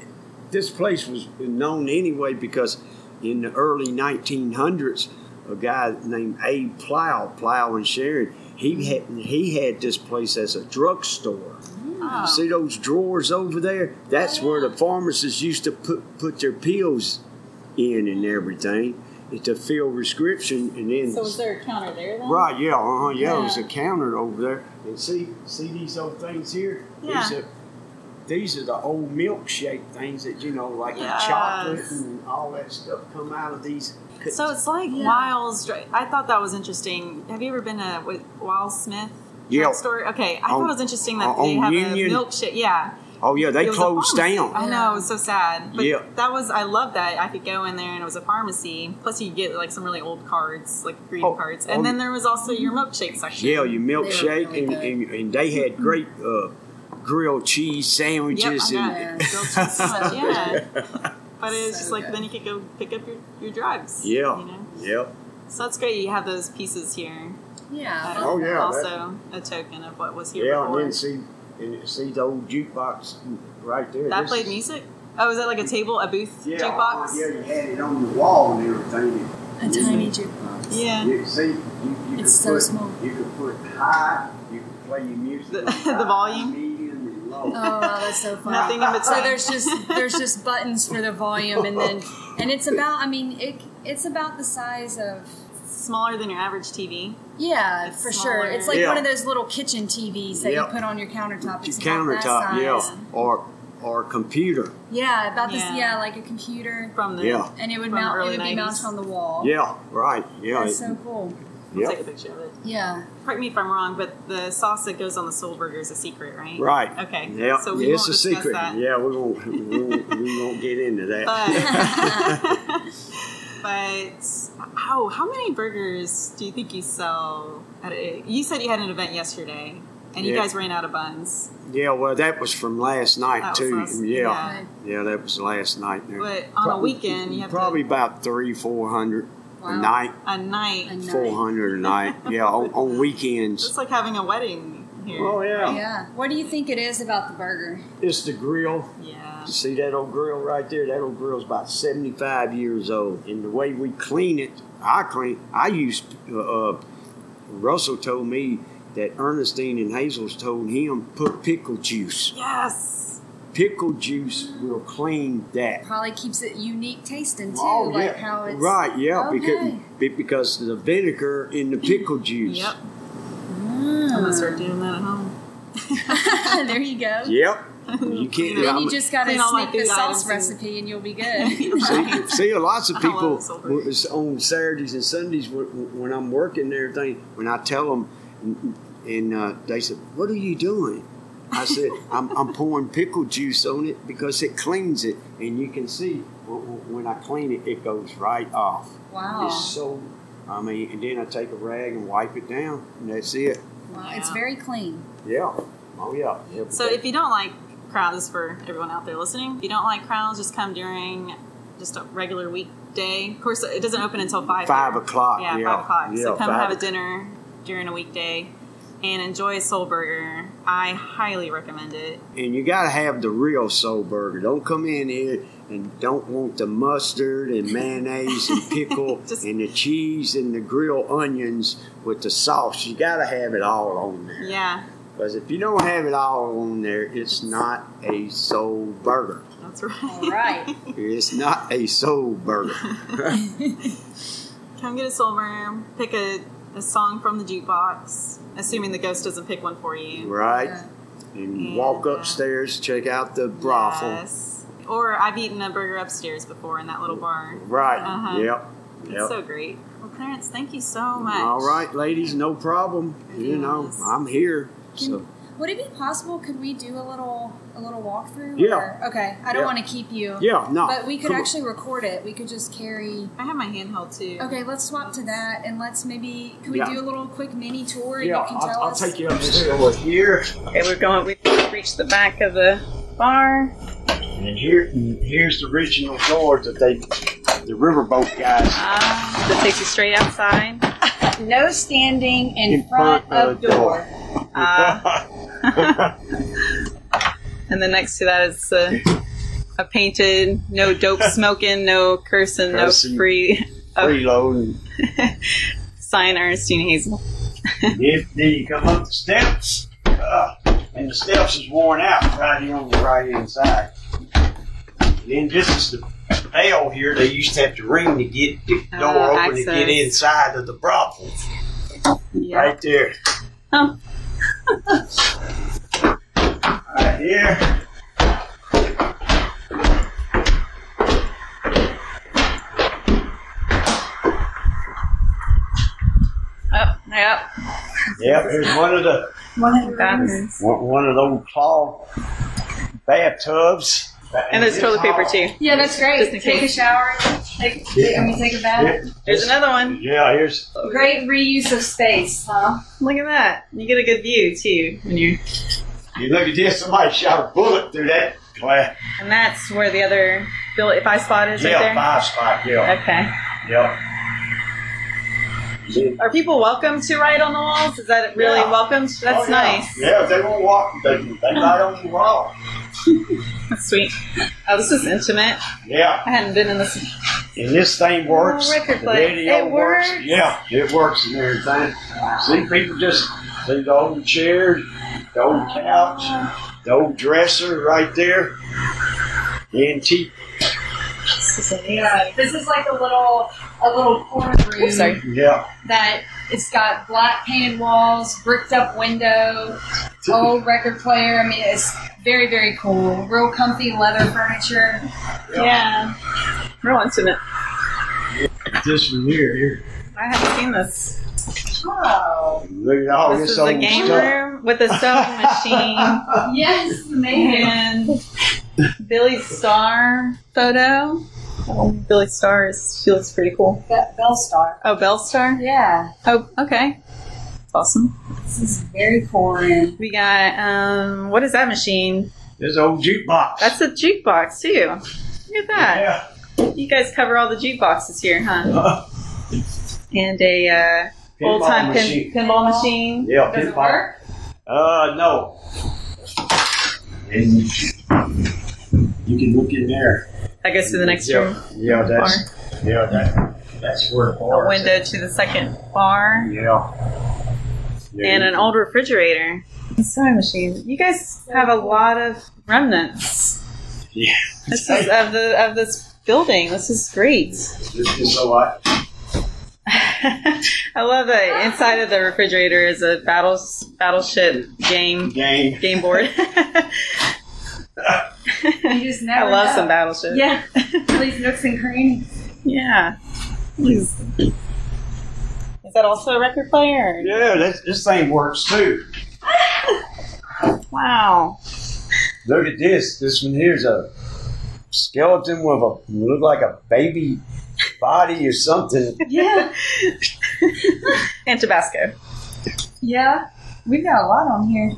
Speaker 3: this place was known anyway because in the early 1900s, a guy named Abe Plow, Plow and Sharon, he had
Speaker 4: Mm-hmm.
Speaker 3: he had this place as a drugstore.
Speaker 4: Oh.
Speaker 3: You see those drawers over there? That's where the pharmacists used to put put their pills in and everything to fill prescription, and then
Speaker 4: so was there a counter there then?
Speaker 3: Right, yeah, uh-huh, yeah, There's a
Speaker 4: Yeah.
Speaker 3: counter over there, and see, see these old things here. These
Speaker 4: Yeah.
Speaker 3: are these are the old milkshake things that you know, like
Speaker 4: Yes.
Speaker 3: the chocolate and all that stuff, come out of these. c-
Speaker 4: So it's like
Speaker 5: Yeah.
Speaker 4: Wiles. Dri- I thought that was interesting. Have you ever been to Wi- Wiles Smith?
Speaker 3: Yeah.
Speaker 4: drug Store. Okay, I thought
Speaker 3: On-
Speaker 4: it was interesting that
Speaker 3: on-
Speaker 4: they
Speaker 3: on
Speaker 4: have
Speaker 3: Union.
Speaker 4: a milkshake. Yeah,
Speaker 3: oh yeah, they
Speaker 4: It was a Oh.
Speaker 3: closed
Speaker 4: pharmacy.
Speaker 3: down.
Speaker 4: I know, it was so sad. But
Speaker 3: Yeah.
Speaker 4: that was I love that. I could go in there and it was a pharmacy. Plus, you get like some really old cards, like green
Speaker 3: Oh,
Speaker 4: cards,
Speaker 3: oh,
Speaker 4: and then there was also your milkshake section.
Speaker 3: Yeah, your milkshake,
Speaker 5: really
Speaker 3: and,
Speaker 5: good.
Speaker 3: and, and they had great uh, grilled cheese
Speaker 4: Mm-hmm. Yep,
Speaker 3: sandwiches.
Speaker 4: I got
Speaker 3: and,
Speaker 4: it. Grilled cheese sandwich, yeah. But it was
Speaker 5: So
Speaker 4: just like
Speaker 5: good.
Speaker 4: then you could go pick up your, your drugs.
Speaker 3: yeah,
Speaker 4: You know?
Speaker 3: yep.
Speaker 4: So that's great. You have those pieces here.
Speaker 5: Yeah.
Speaker 4: That
Speaker 3: Oh,
Speaker 4: are
Speaker 3: yeah, that-
Speaker 4: Also a token of what was here
Speaker 3: yeah, and
Speaker 4: before.
Speaker 3: then see, and see the old jukebox right there.
Speaker 4: That
Speaker 3: This
Speaker 4: played
Speaker 3: is-
Speaker 4: music? Oh, is that like a table, a booth,
Speaker 3: Yeah, uh-huh, Oh,
Speaker 4: jukebox?
Speaker 3: Yeah, you had it on the wall and everything.
Speaker 5: A tiny jukebox.
Speaker 4: Yeah.
Speaker 3: You see, you, you could
Speaker 5: It's so
Speaker 3: put,
Speaker 5: small.
Speaker 3: You could put high. You could play your music. on
Speaker 4: The- the
Speaker 3: high,
Speaker 4: volume?
Speaker 3: medium, and low.
Speaker 5: Oh, wow, that's so fun.
Speaker 4: Nothing in between.
Speaker 5: So there's just there's just buttons for the volume, and then and it's about I mean it it's about the size of
Speaker 4: smaller than your average TV.
Speaker 5: yeah
Speaker 4: It's
Speaker 5: for
Speaker 4: smaller.
Speaker 5: sure. It's like
Speaker 3: Yeah.
Speaker 5: one of those little kitchen TVs that
Speaker 3: Yeah.
Speaker 5: you put on your
Speaker 3: Your
Speaker 5: countertop. It's about that
Speaker 3: countertop,
Speaker 5: size.
Speaker 3: yeah, or or computer,
Speaker 5: yeah, about this
Speaker 4: Yeah.
Speaker 5: yeah like a computer,
Speaker 4: From the
Speaker 3: Yeah.
Speaker 5: and it would
Speaker 4: From the
Speaker 5: mount it
Speaker 4: early
Speaker 5: would be
Speaker 4: 90s.
Speaker 5: mounted on the wall.
Speaker 3: yeah, right, yeah,
Speaker 5: that's so cool.
Speaker 4: I'll
Speaker 3: yeah.
Speaker 4: take a picture of it.
Speaker 5: Yeah,
Speaker 4: Correct me if I'm wrong, but the sauce that goes on the soul burger is a secret, right?
Speaker 3: Right.
Speaker 4: Okay.
Speaker 3: Yeah.
Speaker 4: So we
Speaker 3: it's
Speaker 4: won't
Speaker 3: a
Speaker 4: discuss
Speaker 3: secret.
Speaker 4: that.
Speaker 3: Yeah, we won't, we won't we won't get into that.
Speaker 4: But, but oh, how many burgers do you think you sell? At a, you said you had an event yesterday, and you
Speaker 3: Yeah.
Speaker 4: guys ran out of buns.
Speaker 3: yeah, well, that was from last night
Speaker 4: That was
Speaker 3: too.
Speaker 4: last-
Speaker 3: yeah.
Speaker 4: yeah.
Speaker 3: yeah, that was last night.
Speaker 4: But on a weekend, you have
Speaker 3: probably
Speaker 4: to,
Speaker 3: about three, four hundred a
Speaker 5: Wow.
Speaker 3: night,
Speaker 4: a night.
Speaker 5: A night.
Speaker 3: four hundred a night. Yeah, on, on weekends.
Speaker 4: It's like having a wedding here.
Speaker 3: Oh
Speaker 5: yeah. What do you think it is about the burger?
Speaker 3: It's the grill.
Speaker 4: Yeah.
Speaker 3: You see that old grill right there? That old grill's about 75 years old. And the way we clean it, I clean, I used, uh, uh, Russell told me that Ernestine and Hazel's told him put pickle juice.
Speaker 4: Yes.
Speaker 3: Pickle juice will clean that.
Speaker 5: Probably keeps it unique tasting too,
Speaker 3: Oh, yeah.
Speaker 5: like how it's
Speaker 3: right, yeah, because
Speaker 5: Okay.
Speaker 3: be- because the vinegar in the pickle juice.
Speaker 4: Yep. I'm gonna start doing that at home.
Speaker 5: there you go.
Speaker 3: Yep. You can't.
Speaker 5: Then
Speaker 3: I'm-
Speaker 5: you just gotta
Speaker 4: Clean all my
Speaker 5: sneak the
Speaker 4: food
Speaker 5: sauce
Speaker 4: items and-
Speaker 5: recipe, and you'll be good.
Speaker 3: See, see, lots of
Speaker 4: I love
Speaker 3: people
Speaker 4: this over
Speaker 3: w- it's on Saturdays and Sundays when, when I'm working and everything, when I tell them, and- and uh, they said, "What are you doing?" I said, I'm, "I'm pouring pickle juice on it because it cleans it, and you can see w- w- when I clean it, it goes right off.
Speaker 5: Wow.
Speaker 3: It's so, I mean, and then I take a rag and wipe it down, and that's it.
Speaker 5: Wow, it's
Speaker 4: Yeah.
Speaker 5: very clean.
Speaker 3: Yeah, oh yeah. yeah but
Speaker 4: So
Speaker 3: that-
Speaker 4: if you don't like crowds, this is for everyone out there listening, if you don't like crowds, just come during just a regular weekday. Of course, it doesn't open until five.
Speaker 3: Five
Speaker 4: here.
Speaker 3: o'clock,
Speaker 4: Yeah,
Speaker 3: yeah,
Speaker 4: five o'clock.
Speaker 3: yeah,
Speaker 4: so come
Speaker 3: five
Speaker 4: have a
Speaker 3: o'clock.
Speaker 4: dinner during a weekday and enjoy a soul burger. I highly recommend it.
Speaker 3: and you got to have the real soul burger. Don't come in here and don't want the mustard and mayonnaise and pickle
Speaker 4: Just-
Speaker 3: and the cheese and the grilled onions with the sauce. You got to have it all on there.
Speaker 4: Yeah.
Speaker 7: Because if you don't have it all on there, it's not a soul burger.
Speaker 4: That's right.
Speaker 5: All right.
Speaker 7: It's not a soul burger.
Speaker 4: Come get a soul burger. Pick a, a song from the jukebox, assuming the ghost doesn't pick one for you.
Speaker 7: Right?
Speaker 5: Yeah.
Speaker 7: And walk
Speaker 4: Yeah.
Speaker 7: upstairs, check out the brothel.
Speaker 4: Yes. Or I've eaten a burger upstairs before in that little bar.
Speaker 7: Right.
Speaker 4: Uh-huh.
Speaker 7: Yep.
Speaker 4: It's
Speaker 7: Yep.
Speaker 4: so great. Well, Clarence, thank you so much.
Speaker 7: All right, ladies, no problem. You know,
Speaker 4: Yes.
Speaker 7: I'm here. So
Speaker 5: Would it be possible? Could we do a little a little walkthrough?
Speaker 7: Yeah.
Speaker 5: Or- okay. I don't
Speaker 7: Yeah.
Speaker 5: want to keep you.
Speaker 7: yeah, no.
Speaker 5: But we could
Speaker 7: come on.
Speaker 5: actually record it. We could just carry.
Speaker 4: I have my handheld too.
Speaker 5: Okay, let's swap to that, and let's maybe can we
Speaker 7: Yeah.
Speaker 5: do a little quick mini tour? and
Speaker 7: Yeah,
Speaker 5: you can tell
Speaker 7: I'll, I'll
Speaker 5: us.
Speaker 7: take you upstairs. Over here
Speaker 4: Okay, we're going. We've reached the back of the bar.
Speaker 7: and here and here's the original door that they the riverboat guys
Speaker 4: Um, that takes you straight outside. No standing in, front, of door. Ah. and then next to that is a, a painted no dope smoking, no cursing, no
Speaker 7: Cursing.
Speaker 4: free oh,
Speaker 7: preload.
Speaker 4: sign Ernestine Hazel.
Speaker 7: And if, then you come up the steps, uh, and the steps is worn out right here on the right hand side. Then this is the bell here. They used to have to ring to get the
Speaker 4: Uh,
Speaker 7: door open to
Speaker 4: access.
Speaker 7: get inside of the brothel.
Speaker 4: Yeah.
Speaker 7: Right there.
Speaker 4: Oh.
Speaker 7: right here.
Speaker 4: Oh, yep.
Speaker 7: Yep, there's one of the
Speaker 4: One of the bathrooms.
Speaker 7: one, one of those claw bathtubs.
Speaker 4: And there's toilet paper too.
Speaker 5: Yeah, that's great.
Speaker 4: Just in
Speaker 5: take
Speaker 4: case.
Speaker 5: a shower. Take, take, I mean, take a bath.
Speaker 7: Yeah,
Speaker 4: There's another one.
Speaker 7: yeah, here's
Speaker 5: Great reuse of space, huh?
Speaker 4: Look at that. You get a good view too when you
Speaker 7: you look at this. Somebody shot a bullet through that. Well,
Speaker 4: And that's where the other Bill if I spot is
Speaker 7: yeah,
Speaker 4: right
Speaker 7: five spot.
Speaker 4: there.
Speaker 7: Yeah,
Speaker 4: Okay.
Speaker 7: yeah.
Speaker 4: Are people welcome to write on the walls? Is that really
Speaker 7: Yeah.
Speaker 4: welcome? That's
Speaker 7: Oh, yeah.
Speaker 4: nice.
Speaker 7: Yeah, if they won't walk, they they might on the wall.
Speaker 4: That's sweet. Oh, this is intimate.
Speaker 7: Yeah,
Speaker 4: I hadn't been in this.
Speaker 7: and this thing works.
Speaker 4: Oh, record
Speaker 7: the
Speaker 4: player.
Speaker 7: radio
Speaker 4: It works.
Speaker 7: Yeah, it works and everything. See, people just see the old chair, the old couch, the old dresser right there. Antique.
Speaker 5: Yeah, this is like a little a little corner room
Speaker 4: Oops, sorry.
Speaker 7: Yeah.
Speaker 5: that it's got black painted walls, bricked up window, old record player. I mean, it's very very cool. Real comfy leather furniture.
Speaker 4: Yeah. Real intimate.
Speaker 7: This one here, here.
Speaker 4: I haven't seen this.
Speaker 5: Oh,
Speaker 7: Look at all
Speaker 4: this
Speaker 7: this,
Speaker 4: is
Speaker 7: old
Speaker 4: the game
Speaker 7: stuff.
Speaker 4: room with a sewing machine
Speaker 5: yes, man.
Speaker 4: and Billy Star photo. Oh, Billy Star is, she looks pretty cool.
Speaker 5: That Bell Star.
Speaker 4: Oh, Bell Star?
Speaker 5: Yeah,
Speaker 4: Oh, okay. That's awesome.
Speaker 5: this is very cool. room.
Speaker 4: We got, um, what is that machine?
Speaker 7: This old jukebox.
Speaker 4: That's a jukebox, too. Look at that.
Speaker 7: yeah.
Speaker 4: You guys cover all the jukeboxes here, huh? and a uh,
Speaker 7: Pinball
Speaker 4: old time pin,
Speaker 7: machine.
Speaker 4: pinball machine.
Speaker 7: Yeah,
Speaker 5: Does it
Speaker 7: pinball.
Speaker 5: work?
Speaker 7: Uh, no. And you can look in there.
Speaker 4: That goes to the next
Speaker 7: yeah,
Speaker 4: room.
Speaker 7: Yeah, that's yeah that that's where it
Speaker 4: A
Speaker 7: bars.
Speaker 4: window to the second bar.
Speaker 7: Yeah. yeah.
Speaker 4: And an old refrigerator. A sewing machine. You guys have a lot of remnants.
Speaker 7: Yeah.
Speaker 4: This is of the of this building. This is great.
Speaker 7: This is a lot.
Speaker 4: I love that inside of the refrigerator is a battle battleship game
Speaker 7: Game.
Speaker 4: game board.
Speaker 5: You just never.
Speaker 4: I love
Speaker 5: know.
Speaker 4: some battleship.
Speaker 5: Yeah, these nooks and crannies.
Speaker 4: Yeah. Is that also a record player?
Speaker 7: Yeah, this, this thing works too.
Speaker 4: Wow.
Speaker 7: Look at this. This one here's a skeleton with a look like a baby body or something.
Speaker 5: Yeah,
Speaker 4: And Tabasco.
Speaker 5: yeah. We've got a lot on here.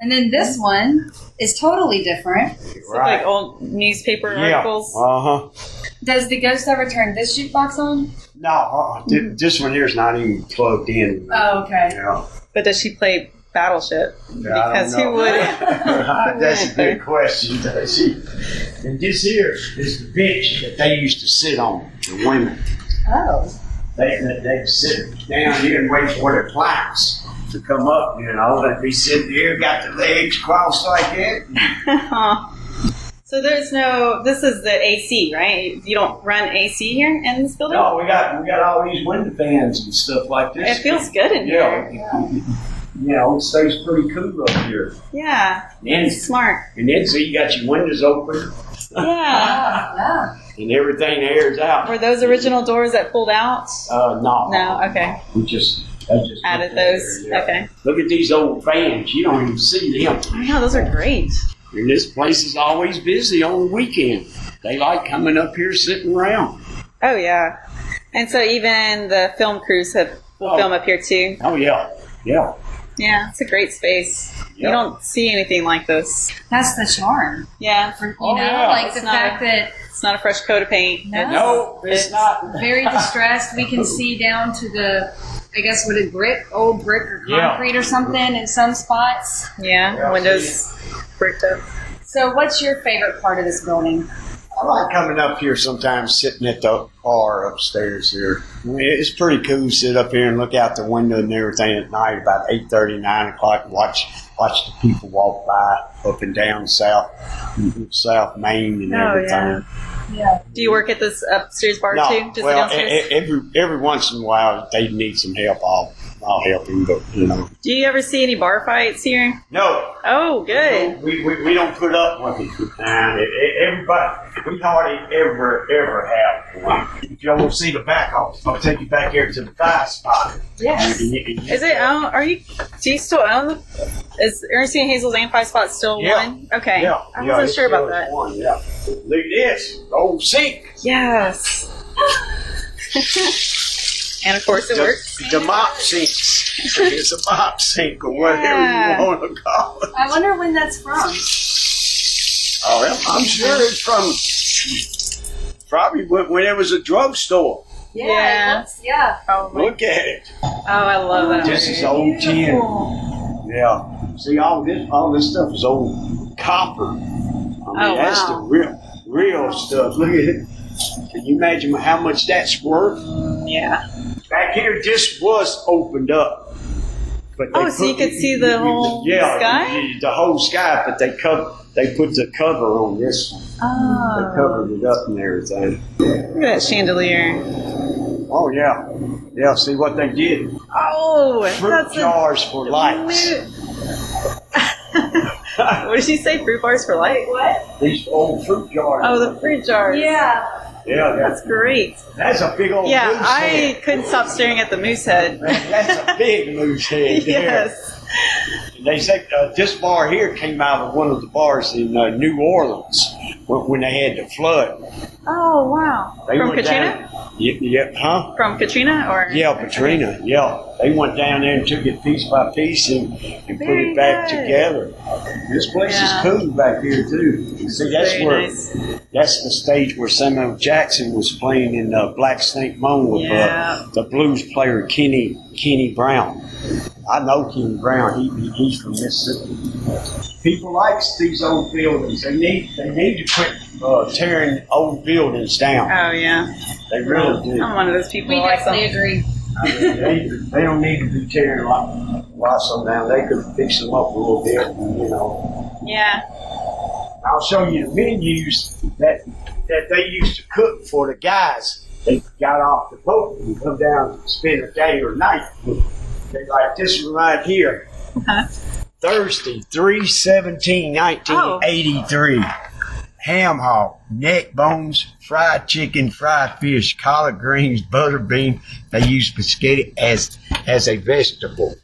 Speaker 5: And then this one is totally different.
Speaker 4: It's
Speaker 7: right.
Speaker 4: Like old newspaper
Speaker 7: yeah.
Speaker 4: articles.
Speaker 7: Uh huh.
Speaker 5: Does the ghost ever turn this jukebox on?
Speaker 7: No, uh-uh. Th- this one here is not even plugged in.
Speaker 4: Uh,
Speaker 5: Oh, okay.
Speaker 7: Yeah.
Speaker 4: But does she play Battleship?
Speaker 7: Yeah, I
Speaker 4: because
Speaker 7: don't
Speaker 4: who
Speaker 7: know.
Speaker 4: would?
Speaker 7: That's a good question, Daisy. And this here is the bench that they used to sit on, the women.
Speaker 5: Oh,
Speaker 7: They, they, they'd sit down here and wait for their clients. to come up, you know, that be sitting here, got the legs crossed like that.
Speaker 4: so there's no. This is the AC, right? You don't run AC here in this building.
Speaker 7: No, oh, we got we got all these window fans and stuff like this.
Speaker 4: It feels good in
Speaker 7: yeah.
Speaker 4: here.
Speaker 7: You know, it stays pretty cool up here.
Speaker 4: Yeah,
Speaker 7: And,
Speaker 4: smart.
Speaker 7: and then see you got your windows open
Speaker 4: Yeah.
Speaker 5: Yeah.
Speaker 7: and everything airs out.
Speaker 4: Were those original doors that pulled out?
Speaker 7: Uh, no.
Speaker 4: No. Okay.
Speaker 7: We just, I just put
Speaker 4: Added
Speaker 7: that
Speaker 4: those.
Speaker 7: there, yeah.
Speaker 4: Okay.
Speaker 7: Look at these old fans. You don't even see them.
Speaker 4: I know those are great.
Speaker 7: And this place is always busy on the weekend. They like coming up here sitting around.
Speaker 4: Oh yeah. And so even the film crews have will
Speaker 7: Oh.
Speaker 4: film up here too.
Speaker 7: Oh yeah, yeah.
Speaker 4: Yeah, it's a great space. You
Speaker 7: Yeah.
Speaker 4: don't see anything like this.
Speaker 5: That's the charm.
Speaker 4: Yeah,
Speaker 5: You
Speaker 7: Oh,
Speaker 5: know,
Speaker 7: yeah.
Speaker 5: like the
Speaker 4: It's not
Speaker 5: fact
Speaker 4: a-
Speaker 5: that
Speaker 4: it's not a fresh coat of paint.
Speaker 5: No.
Speaker 7: No, it's not.
Speaker 5: very distressed. We can see down to the, I guess, what a brick, old brick or
Speaker 7: Yeah.
Speaker 5: concrete or something in some spots.
Speaker 4: Yeah,
Speaker 7: Yeah,
Speaker 4: windows bricked up.
Speaker 5: So, what's your favorite part of this building?
Speaker 7: I like coming up here sometimes, sitting at the bar upstairs here. I mean, It's pretty cool to sit up here and look out the window and everything at night, about 8.30, 9 o'clock, and watch watch the people walk by up and down south, south Main and
Speaker 4: Oh, yeah.
Speaker 7: everything.
Speaker 5: Yeah.
Speaker 4: Do you work at this upstairs bar
Speaker 7: No,
Speaker 4: too? Just
Speaker 7: well,
Speaker 4: downstairs?
Speaker 7: e- e- every every once in a while they need some help. I'll I'll help them, but you know.
Speaker 4: Do you ever see any bar fights here?
Speaker 7: No,
Speaker 4: Oh,
Speaker 5: Uh-huh.
Speaker 4: good.
Speaker 7: we, we, we don't put up with it. Uh, e- e- everybody, we hardly ever ever have one. If y'all want to see the back, I'll, I'll take you back here to the five spot.
Speaker 5: Yes.
Speaker 7: And you- and you-
Speaker 4: Is it Oh, own? Are you? Do you still own? The, is Ernestine Hazel's and Five Spot still
Speaker 7: Yeah.
Speaker 4: one? Okay.
Speaker 7: Yeah,
Speaker 4: I
Speaker 7: yeah,
Speaker 4: wasn't
Speaker 7: it's
Speaker 4: sure about
Speaker 7: still
Speaker 4: that.
Speaker 7: One, yeah. Look at this, old sink.
Speaker 4: Yes. and of course it works.
Speaker 7: The, the mop sinks. It's a mop sink or
Speaker 4: Yeah.
Speaker 7: whatever you want to call it.
Speaker 5: I wonder when that's from.
Speaker 7: Oh, well, I'm sure it's from probably when, when it was a drugstore.
Speaker 5: Yeah.
Speaker 4: Yeah.
Speaker 5: that's- yeah.
Speaker 7: Look at it.
Speaker 4: Oh, I love that.
Speaker 7: This is old gin. Yeah. See, all this, all this stuff is old copper. I mean,
Speaker 4: Oh,
Speaker 7: that's
Speaker 4: wow.
Speaker 7: the real, real stuff. Look at it. Can you imagine how much that's worth?
Speaker 4: Yeah.
Speaker 7: Back here, this was opened up. But they
Speaker 4: Oh, so you
Speaker 7: put-
Speaker 4: could see the whole
Speaker 7: yeah,
Speaker 4: sky?
Speaker 7: the- the whole sky. But they co- they put the cover on this one. They
Speaker 5: Oh.
Speaker 7: covered it up and everything.
Speaker 4: Look at that chandelier.
Speaker 7: Oh yeah, yeah. See what they did?
Speaker 4: Oh,
Speaker 7: Fruit
Speaker 4: that's a
Speaker 7: jars for lights.
Speaker 4: what did she say? Fruit bars for light? What?
Speaker 7: These old fruit jars.
Speaker 4: Oh, the fruit jars.
Speaker 5: Yeah.
Speaker 7: yeah, that's
Speaker 4: That's great.
Speaker 7: that's a big old
Speaker 4: Yeah,
Speaker 7: moose
Speaker 4: I
Speaker 7: head.
Speaker 4: couldn't stop staring at the moose head.
Speaker 7: That's a big moose head. there.
Speaker 4: yes.
Speaker 7: They say uh, this bar here came out of one of the bars in uh, New Orleans when, when they had the flood.
Speaker 4: Oh, wow.
Speaker 7: They
Speaker 4: From
Speaker 7: went
Speaker 4: Katrina?
Speaker 7: Down, yeah, yeah, huh?
Speaker 4: From Katrina or?
Speaker 7: Yeah, Katrina. Yeah, they went down there and took it piece by piece and, and put
Speaker 4: Very
Speaker 7: it back
Speaker 4: good.
Speaker 7: together. This place
Speaker 4: Yeah.
Speaker 7: is cool back here too. See, that's
Speaker 4: Very
Speaker 7: where
Speaker 4: nice.
Speaker 7: that's the stage where Samuel Jackson was playing in uh, Black Snake Moan with
Speaker 4: Yeah.
Speaker 7: uh, the blues player Kenny Kenny Brown. I know Kenny Brown. He, he, he's from Mississippi. People likes these old buildings. They need they need to quit uh, tearing old buildings down.
Speaker 4: Oh, yeah.
Speaker 7: They really do.
Speaker 4: I'm one of those people
Speaker 5: We
Speaker 4: who likes
Speaker 5: definitely
Speaker 4: them.
Speaker 5: agree.
Speaker 7: they, they don't need to be tearing lots lots of them down. They could fix them up a little bit, and, you know.
Speaker 4: Yeah.
Speaker 7: I'll show you the menus that that they used to cook for the guys. They got off the boat and come down and spend a day or night. They like this one right here. Thursday, 3 17 1983. Ham hog, neck bones, fried chicken, fried fish, collard greens, butter bean. They use biscotti as as a vegetable.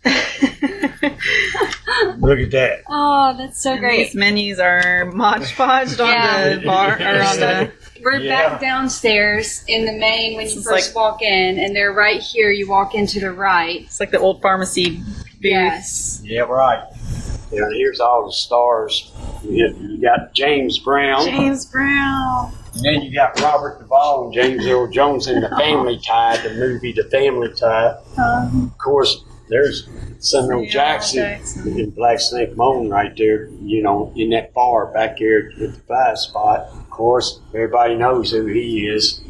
Speaker 7: Look at that.
Speaker 5: Oh, that's so
Speaker 4: These menus are mod podged on
Speaker 5: Yeah.
Speaker 4: the bar or on the.
Speaker 5: We're
Speaker 7: Yeah.
Speaker 5: back downstairs in the main when you
Speaker 4: is
Speaker 5: first
Speaker 4: like-
Speaker 5: walk in, and they're right here. You walk into the right.
Speaker 4: It's like the old pharmacy booth.
Speaker 5: Yes.
Speaker 7: Yeah, right. Yeah, here's all the stars. You got- you got James Brown,
Speaker 4: James Brown.
Speaker 7: and then you got Robert Duvall and James Earl Jones in The Family Tie, the movie The Family Tie. Of course, there's Samuel
Speaker 4: Uh-huh. Yeah,
Speaker 7: Jackson,
Speaker 4: Jackson.
Speaker 7: in Black Snake Moan right there, you know, in that bar back here at the five spot. Of course, everybody knows who he is.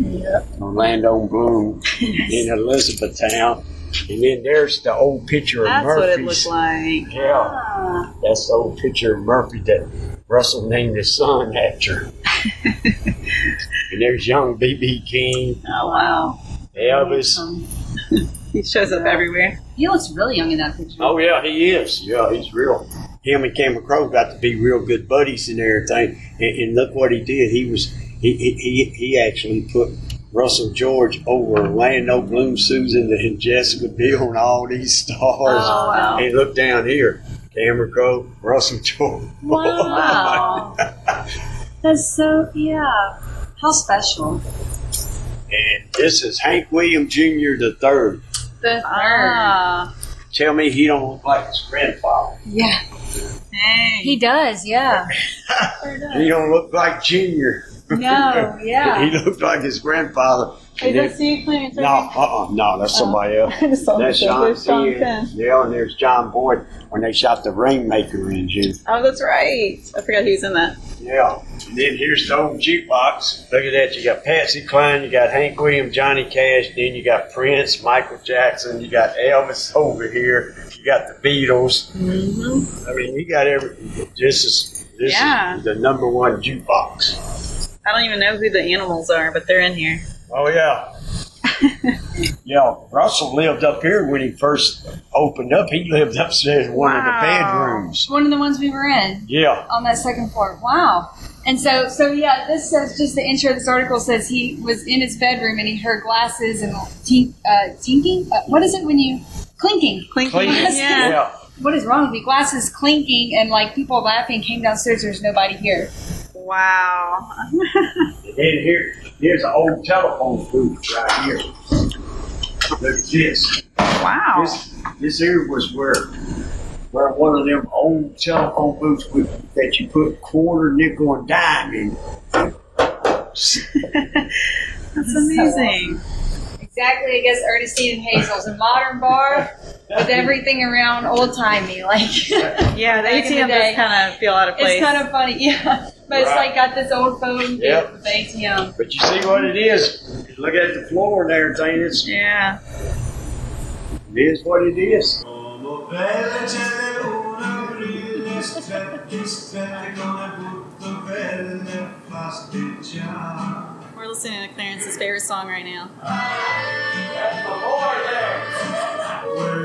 Speaker 7: Orlando Bloom in Elizabethtown. And then there's the old picture of
Speaker 4: That's what
Speaker 7: Murphy's.
Speaker 4: it looked like.
Speaker 7: Yeah, that's the old picture of Murphy that Russell named his son after. and there's young BB King,
Speaker 4: Oh wow.
Speaker 7: Elvis.
Speaker 4: He shows up everywhere.
Speaker 5: He looks really young in that picture.
Speaker 7: Oh yeah, he is. Yeah, he's real. Him and Cameron Crowe got to be real good buddies and everything. And, and look what he did. He was he he, he he actually put Russell George over Orlando Bloom, Susan, and Jessica Biel, and all these stars.
Speaker 4: Oh wow.
Speaker 7: And look down here, Cameron Crowe, Russell George.
Speaker 5: Wow. That's so, yeah. How special.
Speaker 7: and this is Hank William Jr. the third.
Speaker 5: The
Speaker 4: Ah.
Speaker 7: Tell me he don't look like his grandfather.
Speaker 5: Yeah.
Speaker 4: Dang.
Speaker 5: He does, yeah.
Speaker 7: He don't look like Junior.
Speaker 5: No, yeah.
Speaker 7: He looked like his grandfather. And there-
Speaker 4: you, Clarence?
Speaker 7: No, uh-uh, no, that's somebody else. That's Sean Penn. Yeah, and there's John Boyd when they shot the Rainmaker in June.
Speaker 4: Oh, that's right. I forgot he was in that.
Speaker 7: Yeah. And then here's the old jukebox. Look at that. You got Patsy Cline, you got Hank Williams, Johnny Cash, then you got Prince, Michael Jackson, you got Elvis over here, you got the Beatles. Mm-hmm. I mean, you got every. This is this
Speaker 4: Yeah.
Speaker 7: is the number one jukebox.
Speaker 4: I don't even know who the animals are, but they're in here.
Speaker 7: Oh yeah. yeah, Russell lived up here when he first opened up. He lived upstairs in one
Speaker 4: Wow.
Speaker 7: of the bedrooms.
Speaker 5: One of the ones we were in
Speaker 7: Yeah.
Speaker 5: on that second floor. Wow. And so, so yeah, this says just the intro of this article says he was in his bedroom and he heard glasses and tink, uh, tinking. Uh, what is it when you clinking?
Speaker 4: Clinky.
Speaker 7: Clinky.
Speaker 4: Yeah.
Speaker 7: Yeah.
Speaker 5: What is wrong with me? Glasses clinking and like people laughing came downstairs. There's nobody here.
Speaker 4: Wow.
Speaker 7: And then here, here's an old telephone booth right here. Look at this.
Speaker 4: Wow.
Speaker 7: This this here was where where one of them old telephone booths with, that you put quarter, nickel, and dime in.
Speaker 4: That's amazing.
Speaker 5: Exactly, I guess Ernestine and Hazel's a modern bar with everything around old timey. Like
Speaker 4: Yeah, the
Speaker 5: Back in the
Speaker 4: ATM
Speaker 5: day.
Speaker 4: does kind of feel out of place.
Speaker 5: it's kind of funny, yeah. But it's
Speaker 7: Right.
Speaker 5: like got this old phone booth
Speaker 7: Yep.
Speaker 5: with ATM.
Speaker 7: But you see what it is. You Look at the floor and everything. It's, it
Speaker 4: yeah.
Speaker 7: is what it is.
Speaker 4: We're listening to Clarence's favorite song right now.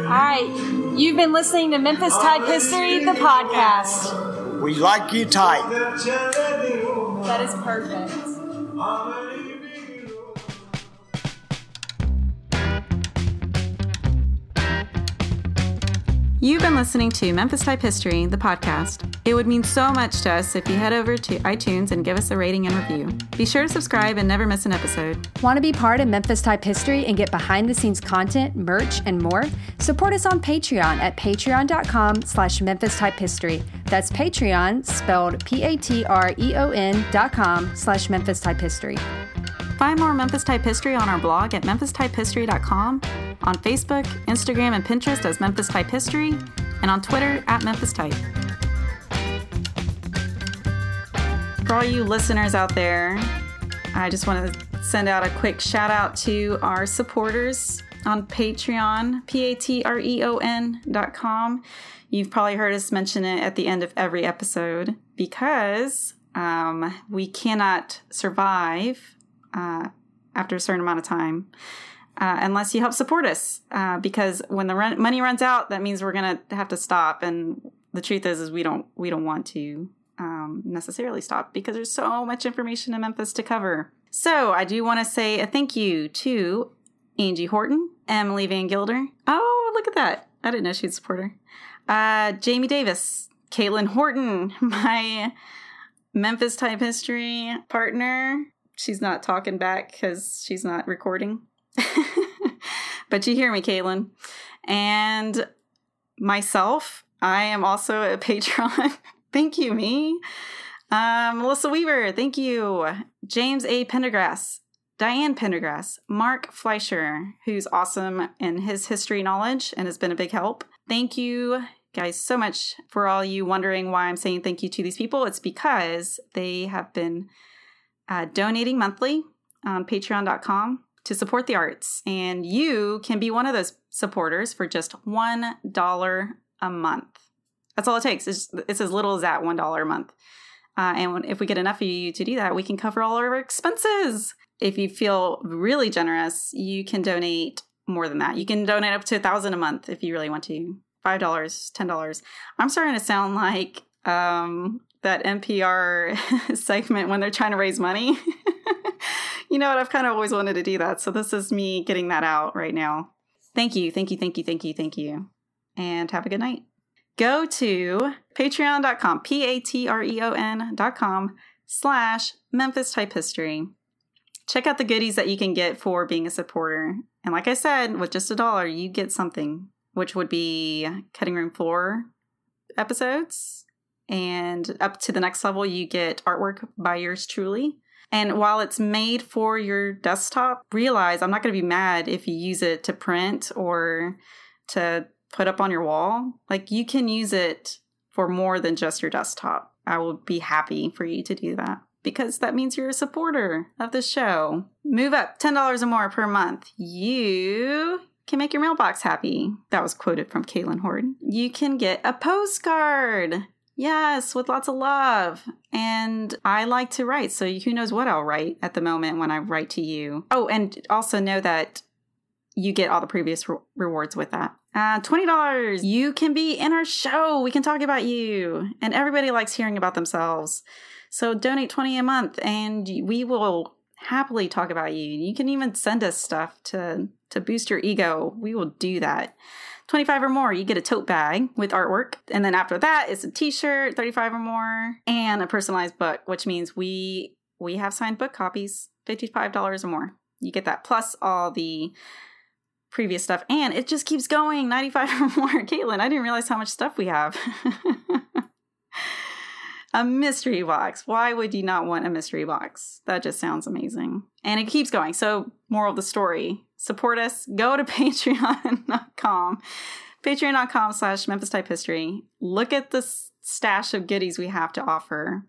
Speaker 5: All right, you've been listening to Memphis Tide History, the podcast.
Speaker 7: We like you tight.
Speaker 5: That is perfect.
Speaker 2: You've been listening to Memphis Type History, the podcast. It would mean so much to us if you head over to iTunes and give us a rating and review. Be sure to subscribe and never miss an episode.
Speaker 1: Want to be part of Memphis Type History and get behind the scenes content, merch, and more? Support us on Patreon at patreon.com slash Memphis Type History. That's Patreon spelled P-A-T-R-E-O-N E dot com slash Memphis Type History.
Speaker 2: Find more Memphis Type History on our blog at memphistypehistory.com, on Facebook, Instagram, and Pinterest as Memphis Type History, and on Twitter at Memphis Type. For all you listeners out there, I just want to send out a quick shout out to our supporters on Patreon, P A T R E O N dot com. You've probably heard us mention it at the end of every episode because um, we cannot survive uh, after a certain amount of time uh, unless you help support us. Uh, because when the run- money runs out, that means we're gonna have to stop. And the truth is, is we don't we don't want to um, necessarily stop because there's so much information in Memphis to cover. So I do want to say a thank you to Angie Horton, Emily Van Gilder. Oh, look at that! I didn't know she'd support her. Uh, Jamie Davis, Caitlin Horton, my Memphis type history partner. She's not talking back because she's not recording. but you hear me, Caitlin. And myself, I am also a Patreon. thank you, me. Um, Melissa Weaver, thank you. James A. Pendergrass, Diane Pendergrass, Mark Fleischer, who's awesome in his history knowledge and has been a big help. Thank you guys so much for all you wondering why I'm saying thank you to these people. It's um, because they have been uh, donating monthly on patreon.com. to support the arts. And you can be one of those supporters for just $1 a month. That's all it takes. It's, it's as little as that $1 a month. Uh, and when, if we get enough of you to do that, we can cover all our expenses. If you feel really generous, you can donate more than that. You can donate up to a thousand a month if you really want to. Five dollars, ten dollars. I'm starting to sound like um, that NPR segment when they're trying to raise money. you know what? I've kind of always wanted to do that, so this is me getting that out right now. Thank you, thank you, thank you, thank you, thank you, and have a good night go to patreon.com E p-a-t-r-e-o-n.com slash memphis type history check out the goodies that you can get for being a supporter and like i said with just a dollar you get something which would be cutting room floor episodes and up to the next level you get artwork by yours truly and while it's made for your desktop realize i'm not going to be mad if you use it to print or to put up on your wall. Like you can use it for more than just your desktop. I will be happy for you to do that because that means you're a supporter of the show. Move up $10 or more per month. You can make your mailbox happy. That was quoted from Kaylin Horde. You can get a postcard. Yes, with lots of love. And I like to write, so who knows what I'll write at the moment when I write to you. Oh, and also know that you get all the previous re- rewards with that. Uh, $20. You can be in our show. We can talk about you. And everybody likes hearing about themselves. So donate 20 a month and we will happily talk about you. You can even send us stuff to to boost your ego. We will do that. 25 or more, you get a tote bag with artwork. And then after that, it's a t-shirt, 35 or more, and a personalized book, which means we we have signed book copies, $55 or more. You get that plus all the previous stuff and it just keeps going 95 or more caitlin i didn't realize how much stuff we have a mystery box why would you not want a mystery box that just sounds amazing and it keeps going so moral of the story support us go to patreon.com patreon.com slash memphis type history look at the stash of goodies we have to offer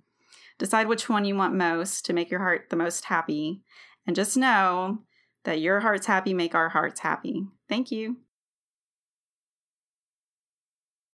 Speaker 2: decide which one you want most to make your heart the most happy and just know that your heart's happy make our hearts happy. Thank you.